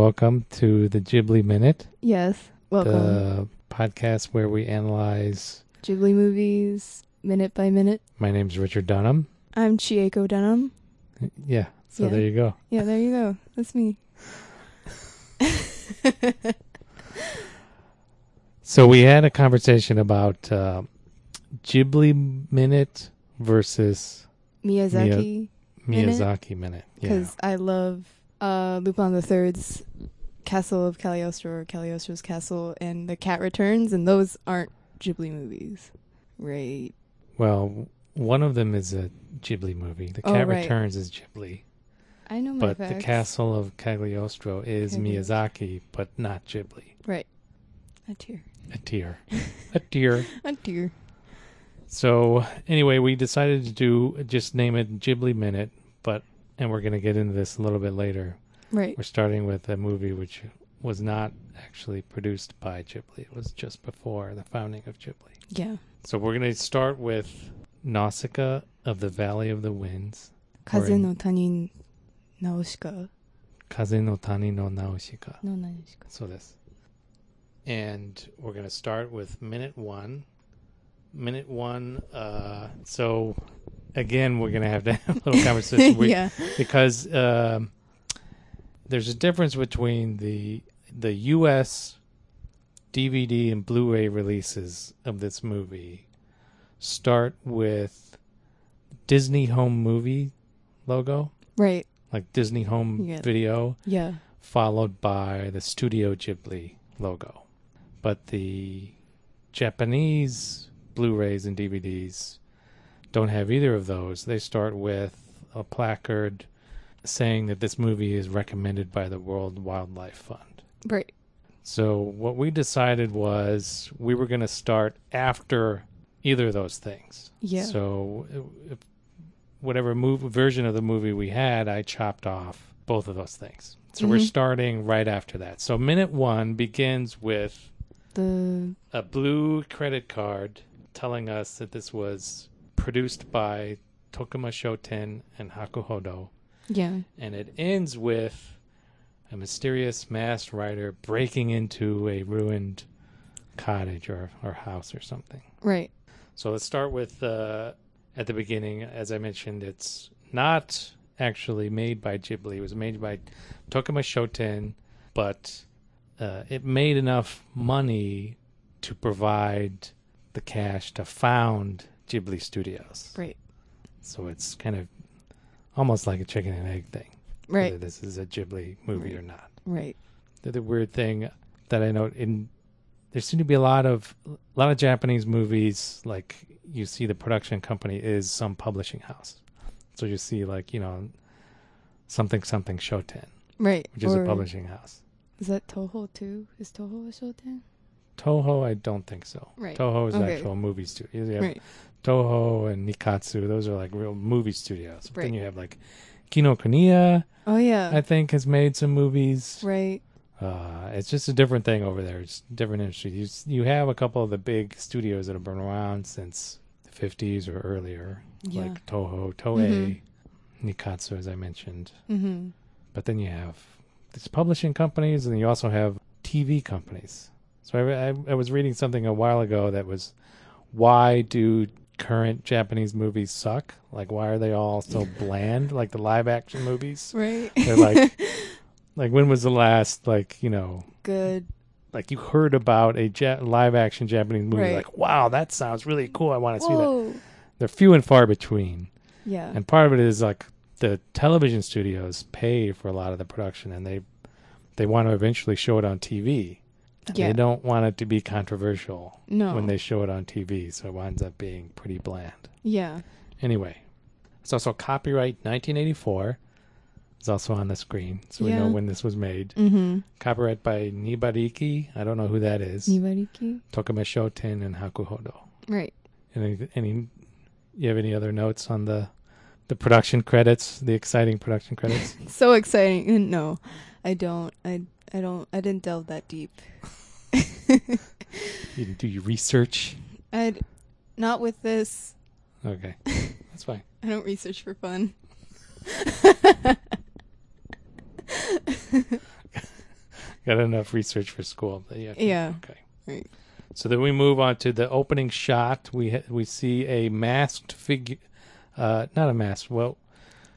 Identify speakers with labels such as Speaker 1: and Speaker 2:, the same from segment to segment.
Speaker 1: Welcome to the Ghibli Minute,
Speaker 2: Yes. Welcome.
Speaker 1: the podcast where we analyze.
Speaker 2: Ghibli movies, minute by minute.
Speaker 1: My name's Richard Dunham.
Speaker 2: I'm Chieko Dunham.
Speaker 1: Yeah, so
Speaker 2: Yeah.
Speaker 1: there you go.
Speaker 2: Yeah, there you go. That's me.
Speaker 1: So we had a conversation about uh, Ghibli Minute versus
Speaker 2: Miyazaki. Minute?
Speaker 1: Miyazaki Minute. Yeah,
Speaker 2: Because I love uh, Lupin the Third's Castle of Cagliostro or Cagliostro's Castle and The Cat Returns, and those aren't Ghibli movies. Right.
Speaker 1: well, one of them is a Ghibli movie. The
Speaker 2: Oh,
Speaker 1: Cat
Speaker 2: right.
Speaker 1: Returns is Ghibli,
Speaker 2: I know my
Speaker 1: but the
Speaker 2: facts.
Speaker 1: Castle of Cagliostro is
Speaker 2: Cagliostro.
Speaker 1: Miyazaki, but not Ghibli.
Speaker 2: A tear.
Speaker 1: A tear, a tear.
Speaker 2: A tear.
Speaker 1: So anyway, we decided to do just name it Ghibli Minute, but and we're going to get into this a little bit later.
Speaker 2: Right.
Speaker 1: We're starting with a movie which was not actually produced by Ghibli; it was just before the founding of Ghibli.
Speaker 2: Yeah.
Speaker 1: So we're going to start with Nausicaa of the Valley of the Winds, Or
Speaker 2: Kaze
Speaker 1: in-
Speaker 2: no Tanin Naoshika.
Speaker 1: Kaze no Tani no Nausicaa.
Speaker 2: No Naoshika.
Speaker 1: So this, and we're going to start with minute one. Minute one. Uh, so again, we're going to have to have a little conversation. We-
Speaker 2: yeah.
Speaker 1: because um, there's a difference between the the U.S. DVD and Blu-ray releases of this movie start with Disney Home Movie logo,
Speaker 2: Right.
Speaker 1: like Disney Home
Speaker 2: Yeah.
Speaker 1: Video,
Speaker 2: Yeah.
Speaker 1: followed by the Studio Ghibli logo. But the Japanese Blu-rays and DVDs don't have either of those. They start with a placard saying that this movie is recommended by the World Wildlife Fund.
Speaker 2: Right.
Speaker 1: So what we decided was we were going to start after either of those things.
Speaker 2: Yeah.
Speaker 1: So uh, if whatever move, version of the movie we had, I chopped off both of those things. So we're
Speaker 2: Mhm.
Speaker 1: starting right after that. So minute one begins with
Speaker 2: the
Speaker 1: a blue credit card telling us that this was produced by Tokuma Shoten and Hakuhodo,
Speaker 2: yeah
Speaker 1: and it ends with a mysterious masked rider breaking into a ruined cottage or, or house or something.
Speaker 2: right
Speaker 1: So let's start with uh, at the beginning. As I mentioned, it's not actually made by Ghibli. It was made by Tokuma Shoten, but uh, it made enough money to provide the cash to found Ghibli Studios.
Speaker 2: right
Speaker 1: So it's kind of almost like a chicken and egg thing.
Speaker 2: right
Speaker 1: Whether this is a Ghibli movie or not.
Speaker 2: right
Speaker 1: The other weird thing that I note in there seem to be a lot of a lot of Japanese movies like you see the production company is some publishing house. So you see like, you know, something something Shoten,
Speaker 2: right
Speaker 1: which is a
Speaker 2: Or-
Speaker 1: publishing house.
Speaker 2: is that toho too is toho a shoten
Speaker 1: Toho, I don't think so.
Speaker 2: right
Speaker 1: Toho is
Speaker 2: Okay.
Speaker 1: actual movie studio. You have
Speaker 2: right
Speaker 1: Toho and Nikatsu, those are like real movie studios. But Then
Speaker 2: Right.
Speaker 1: you have like Kinokuniya,
Speaker 2: oh yeah
Speaker 1: I think, has made some movies.
Speaker 2: right
Speaker 1: Uh, it's just a different thing over there. It's a different industry. You s- you have a couple of the big studios that have been around since the fifties or earlier,
Speaker 2: yeah
Speaker 1: like Toho, Toei, Nikatsu, as I mentioned.
Speaker 2: mm-hmm
Speaker 1: But then you have these publishing companies, and you also have TV companies. So I, re- I, I was reading something a while ago that was, why do current Japanese movies suck? Like, why are they all so bland? Like the live action movies.
Speaker 2: right
Speaker 1: They're like, like when was the last like you know
Speaker 2: good
Speaker 1: like you heard about a ja- live action Japanese movie,
Speaker 2: Right.
Speaker 1: like wow, that sounds really cool. I want to see that.
Speaker 2: whoa
Speaker 1: They're few and far between,
Speaker 2: yeah
Speaker 1: and part of it is like the television studios pay for a lot of the production, and they they want to eventually show it on TV. And
Speaker 2: Yeah.
Speaker 1: They don't want it to be controversial
Speaker 2: no
Speaker 1: when they show it on TV, so it winds up being pretty bland.
Speaker 2: yeah
Speaker 1: Anyway, it's also copyright 1984. It's also on the screen, so we know
Speaker 2: Yeah.
Speaker 1: when this was made.
Speaker 2: mm-hmm
Speaker 1: Copyright by Nibariki. I don't know who that is.
Speaker 2: nibariki
Speaker 1: Tokuma Shoten and Hakuhodo.
Speaker 2: right
Speaker 1: Any, any, you have any other notes on the, the production credits, the exciting production credits?
Speaker 2: so exciting no i don't i i don't i didn't delve that deep
Speaker 1: you didn't do your research.
Speaker 2: i not with this
Speaker 1: Okay, that's fine.
Speaker 2: i don't research for fun
Speaker 1: Got enough research for school. that you have to-
Speaker 2: Yeah.
Speaker 1: Okay.
Speaker 2: Right.
Speaker 1: So then we move on to the opening shot. We ha- we see a masked figure, uh, not a mask. Well,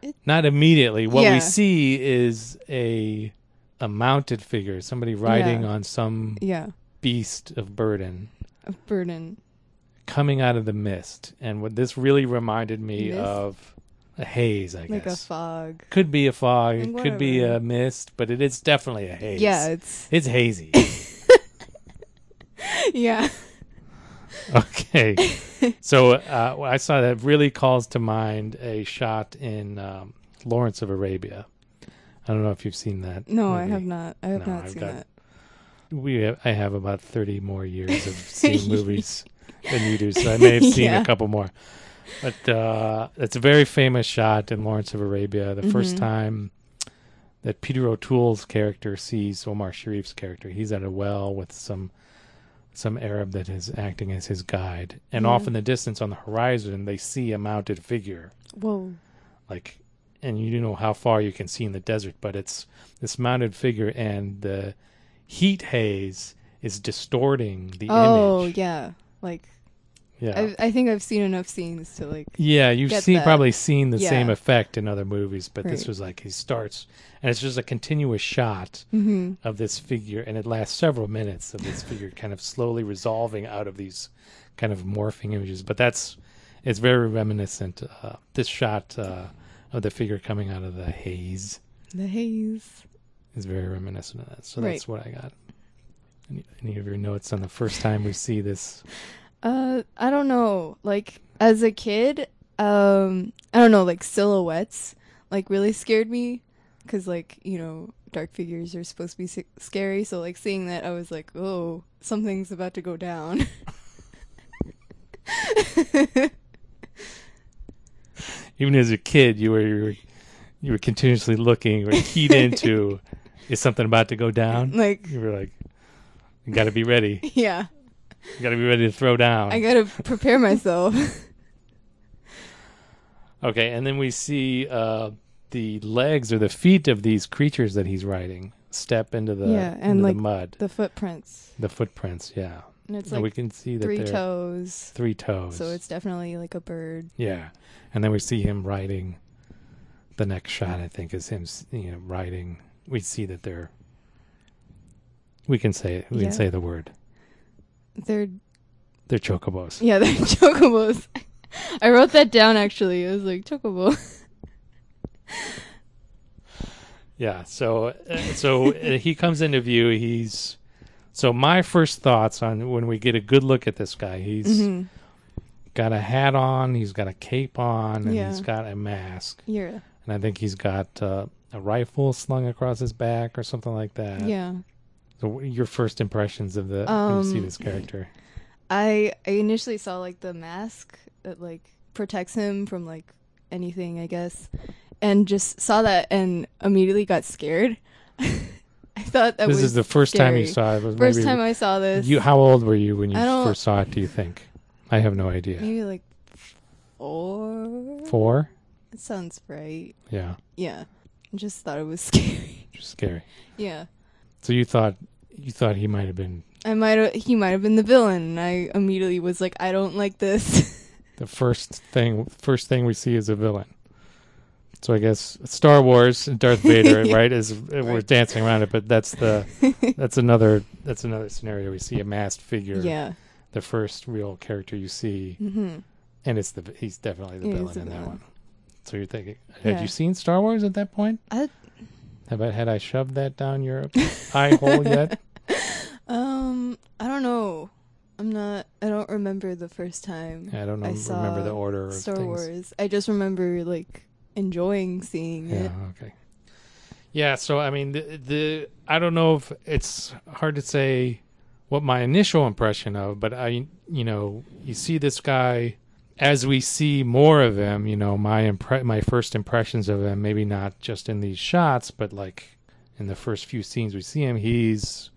Speaker 2: It-
Speaker 1: not immediately. What
Speaker 2: Yeah.
Speaker 1: we see is a a mounted figure, somebody riding
Speaker 2: Yeah.
Speaker 1: on some
Speaker 2: Yeah.
Speaker 1: beast of burden
Speaker 2: A burden.
Speaker 1: coming out of the mist. And what this really reminded me
Speaker 2: Mist?
Speaker 1: of a haze, I
Speaker 2: Like a
Speaker 1: guess.
Speaker 2: fog.
Speaker 1: could be a fog.
Speaker 2: And
Speaker 1: It could be
Speaker 2: whatever.
Speaker 1: a mist, but it is definitely a haze.
Speaker 2: Yeah, it's
Speaker 1: It's hazy.
Speaker 2: yeah.
Speaker 1: Okay. so uh, I saw that really calls to mind a shot in um, Lawrence of Arabia. I don't know if you've seen that.
Speaker 2: No, I
Speaker 1: movie.
Speaker 2: have not. I have
Speaker 1: No,
Speaker 2: not
Speaker 1: I've
Speaker 2: seen
Speaker 1: got-
Speaker 2: that.
Speaker 1: We have, I have about 30 more years of seeing movies than you do, so I may have seen
Speaker 2: Yeah.
Speaker 1: a couple more. But uh, it's a very famous shot in Lawrence of Arabia. The first
Speaker 2: Mhm.
Speaker 1: time that Peter O'Toole's character sees Omar Sharif's character, he's at a well with some some Arab that is acting as his guide, and
Speaker 2: Yeah.
Speaker 1: off in the distance on the horizon, they see a mounted figure
Speaker 2: Whoa.
Speaker 1: like and you know how far you can see in the desert but it's this mounted figure and the heat haze is distorting the
Speaker 2: Oh
Speaker 1: image
Speaker 2: yeah. Like
Speaker 1: yeah
Speaker 2: I I think I've seen enough scenes to like
Speaker 1: yeah you've
Speaker 2: get
Speaker 1: seen
Speaker 2: that.
Speaker 1: probably seen the
Speaker 2: Yeah.
Speaker 1: same effect in other movies but this
Speaker 2: Right.
Speaker 1: was like he starts and it's just a continuous shot
Speaker 2: mhm.
Speaker 1: of this figure and it lasts several minutes of this figure kind of slowly resolving out of these kind of morphing images but that's it's very reminiscent uh, this shot uh, of the figure coming out of the haze
Speaker 2: the haze.
Speaker 1: is very reminiscent of that. So
Speaker 2: Right.
Speaker 1: that's what I got. Any, any of your notes on the first time we see this?
Speaker 2: Uh I don't know. Like as a kid, um I don't know, like silhouettes like really scared me cuz like, you know, dark figures are supposed to be s- scary, so like seeing that I was like, "Oh, something's about to go down."
Speaker 1: Even as a kid, you were you were, you were continuously looking or keyed into is something about to go down.
Speaker 2: like
Speaker 1: You were like, you got to be ready.
Speaker 2: yeah,
Speaker 1: You got to be ready to throw down.
Speaker 2: I got to prepare myself.
Speaker 1: okay, and then we see uh, the legs or the feet of these creatures that he's riding step into the
Speaker 2: Yeah, and
Speaker 1: into
Speaker 2: like
Speaker 1: the mud,
Speaker 2: the footprints.
Speaker 1: the footprints. Yeah,
Speaker 2: And it's
Speaker 1: and we
Speaker 2: like
Speaker 1: can see that
Speaker 2: three
Speaker 1: they're
Speaker 2: toes.
Speaker 1: three toes.
Speaker 2: So it's definitely like a bird.
Speaker 1: Yeah, and then we see him riding. The next shot, I think, is him, s- you know, riding. We see that they're. We can say it. We
Speaker 2: Yeah.
Speaker 1: can say the word.
Speaker 2: They're
Speaker 1: They're chocobos.
Speaker 2: yeah, they're chocobos. I wrote that down actually. I was like chocobo.
Speaker 1: Yeah. So, uh, so uh, he comes into view. He's. So my first thoughts on when we get a good look at this guy, he's
Speaker 2: Mhm.
Speaker 1: got a hat on, he's got a cape on, and
Speaker 2: Yeah.
Speaker 1: he's got a mask,
Speaker 2: Yeah.
Speaker 1: and I think he's got uh, a rifle slung across his back or something like that.
Speaker 2: Yeah.
Speaker 1: So what are your first impressions of the when you see
Speaker 2: Um,
Speaker 1: this character?
Speaker 2: I I initially saw like the mask that like protects him from like anything, I guess, and just saw that and immediately got scared. I thought that
Speaker 1: This
Speaker 2: was
Speaker 1: is the first time you
Speaker 2: scary.
Speaker 1: saw it. Was
Speaker 2: first
Speaker 1: maybe-
Speaker 2: time I saw this.
Speaker 1: you how old were you when you
Speaker 2: I don't-
Speaker 1: first saw it? Do you think? I have no idea.
Speaker 2: maybe like four.
Speaker 1: Four?
Speaker 2: That sounds right.
Speaker 1: Yeah,
Speaker 2: Yeah, I just thought it was scary.
Speaker 1: which is scary.
Speaker 2: yeah,
Speaker 1: So you thought you thought he might have been
Speaker 2: I might have. He might have been the villain. And I immediately was like, I don't like this.
Speaker 1: the first thing. First thing we see is a villain. So I guess Star Wars and Darth Vader,
Speaker 2: Yeah.
Speaker 1: right? Is uh, we're
Speaker 2: Right.
Speaker 1: dancing around it, but that's the that's another that's another scenario. We see a masked figure,
Speaker 2: yeah.
Speaker 1: the first real character you see,
Speaker 2: hmm
Speaker 1: and it's the he's definitely the
Speaker 2: Yeah, he's
Speaker 1: villain
Speaker 2: the
Speaker 1: in that
Speaker 2: villain.
Speaker 1: one. So you're thinking, had
Speaker 2: Yeah.
Speaker 1: you seen Star Wars at that point?
Speaker 2: I-
Speaker 1: Have I had I shoved that down your eye hole yet?
Speaker 2: Um, I don't know. I'm not. I don't remember the first time
Speaker 1: I don't know,
Speaker 2: I
Speaker 1: remember the
Speaker 2: saw
Speaker 1: order of
Speaker 2: Star
Speaker 1: things.
Speaker 2: Wars. I just remember like enjoying seeing
Speaker 1: Yeah.
Speaker 2: it.
Speaker 1: Okay. Yeah. So I mean, the, the I don't know if it's hard to say what my initial impression of, but I you know you see this guy as we see more of him, you know my impre- my first impressions of him, maybe not just in these shots, but like in the first few scenes we see him, he's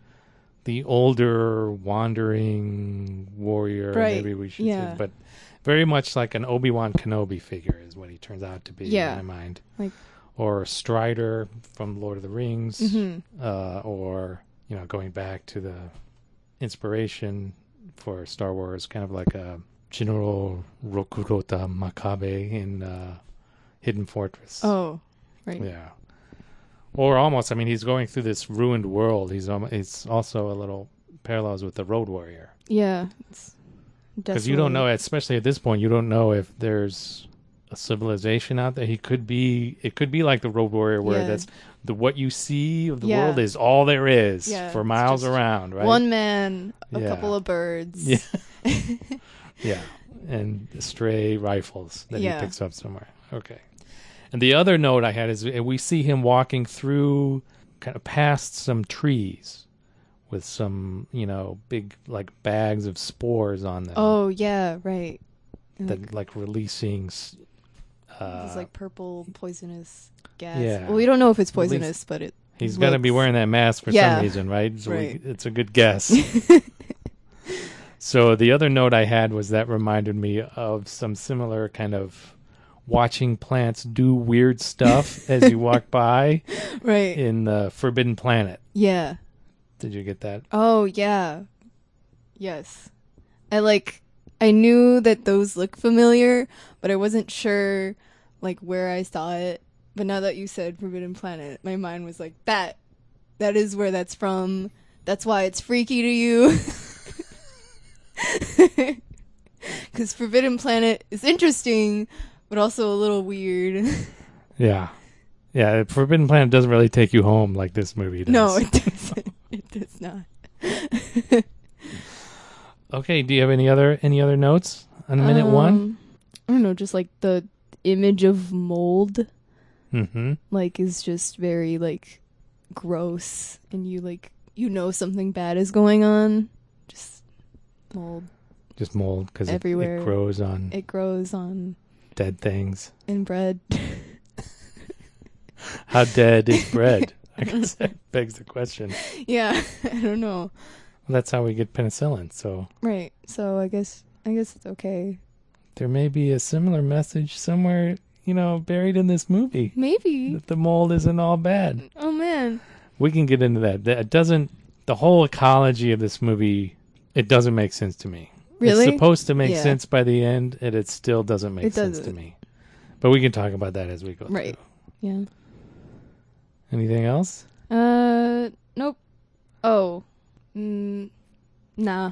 Speaker 1: the older wandering warrior
Speaker 2: Right,
Speaker 1: maybe we should
Speaker 2: yeah.
Speaker 1: say but very much like an obi-wan kenobi figure is what he turns out to be
Speaker 2: Yeah.
Speaker 1: in my mind
Speaker 2: Like- Mm-hmm.
Speaker 1: or strider from lord of the rings
Speaker 2: Mhm.
Speaker 1: uh, or you know, going back to the inspiration for Star Wars, kind of like a General Rokurota Makabe in uh, Hidden Fortress.
Speaker 2: Oh, right.
Speaker 1: Yeah. Or almost. I mean, he's going through this ruined world. He's almost, it's also a little parallels with the Road Warrior
Speaker 2: Yeah. It's
Speaker 1: because you don't know, especially at this point, you don't know if there's a civilization out there. He could be. It could be like the Road Warrior, where
Speaker 2: Yeah.
Speaker 1: that's the what you see of the
Speaker 2: Yeah.
Speaker 1: world is all there is
Speaker 2: Yeah,
Speaker 1: for
Speaker 2: it's
Speaker 1: miles
Speaker 2: just
Speaker 1: around, right?
Speaker 2: One man, a
Speaker 1: Yeah.
Speaker 2: couple of birds.
Speaker 1: Yeah. Yeah, and stray rifles that
Speaker 2: Yeah.
Speaker 1: he picks up somewhere. Okay. And the other note I had is uh, we see him walking through, kind of past some trees, with some you know big like bags of spores on them
Speaker 2: oh, yeah, right. And
Speaker 1: that like releasing. s- Uh,
Speaker 2: It's like purple poisonous gas.
Speaker 1: Yeah.
Speaker 2: Well, we don't know if it's
Speaker 1: At least-
Speaker 2: poisonous, but it.
Speaker 1: He's got to be
Speaker 2: looks-
Speaker 1: wearing that mask for
Speaker 2: Yeah.
Speaker 1: some reason, right? So we-
Speaker 2: Right.
Speaker 1: it's a good guess. so the other note I had was that reminded me of some similar kind of watching plants do weird stuff as you walk by
Speaker 2: Right.
Speaker 1: in the Forbidden Planet.
Speaker 2: yeah.
Speaker 1: Did you get that?
Speaker 2: Oh yeah. Yes. I like I knew that those look familiar, but I wasn't sure like where I saw it. But now that you said Forbidden Planet, my mind was like that that is where that's from. That's why it's freaky to you. Cuz Forbidden Planet is interesting, but also a little weird.
Speaker 1: Yeah. Yeah, Forbidden Planet doesn't really take you home like this movie does.
Speaker 2: no, it doesn't. It does not.
Speaker 1: Okay, do you have any other any other notes on minute one?
Speaker 2: Um, I don't know, just like the image of mold,
Speaker 1: Mm-hmm.
Speaker 2: like, is just very like gross, and you like you know something bad is going on. Just mold,
Speaker 1: Just mold because it,
Speaker 2: Everywhere.
Speaker 1: it grows on
Speaker 2: it grows on
Speaker 1: dead things.
Speaker 2: in bread.
Speaker 1: How dead is bread? I guess that begs the question.
Speaker 2: yeah, I don't know.
Speaker 1: Well, that's how we get penicillin. So
Speaker 2: Right, so I guess I guess it's okay.
Speaker 1: there may be a similar message somewhere, you know, buried in this movie
Speaker 2: Maybe.
Speaker 1: that the mold isn't all bad.
Speaker 2: Oh man.
Speaker 1: We can get into that. That- It doesn't. The whole ecology of this movie, it doesn't make sense to me.
Speaker 2: Really?
Speaker 1: It's supposed to make
Speaker 2: Yeah.
Speaker 1: sense by the end, and it still doesn't make
Speaker 2: It
Speaker 1: sense to
Speaker 2: doesn't.
Speaker 1: me. But we can talk about that as we go.
Speaker 2: Right.
Speaker 1: through.
Speaker 2: yeah.
Speaker 1: Anything else?
Speaker 2: Uh, nope. Oh, mm, nah,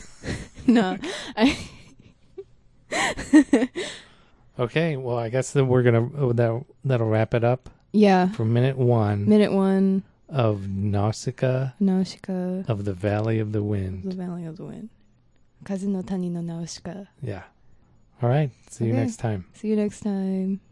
Speaker 2: nah. I,
Speaker 1: Okay. Well, I guess then we're gonna oh, that that'll wrap it up
Speaker 2: yeah.
Speaker 1: for minute one
Speaker 2: Minute one,
Speaker 1: of Nausicaa.
Speaker 2: Nausicaa,
Speaker 1: of the Valley of the
Speaker 2: the
Speaker 1: Wind.
Speaker 2: Valley of the Wind. Kaze no Tani no Nausicaa.
Speaker 1: Yeah. All right. See you
Speaker 2: Okay.
Speaker 1: next time.
Speaker 2: See you next time.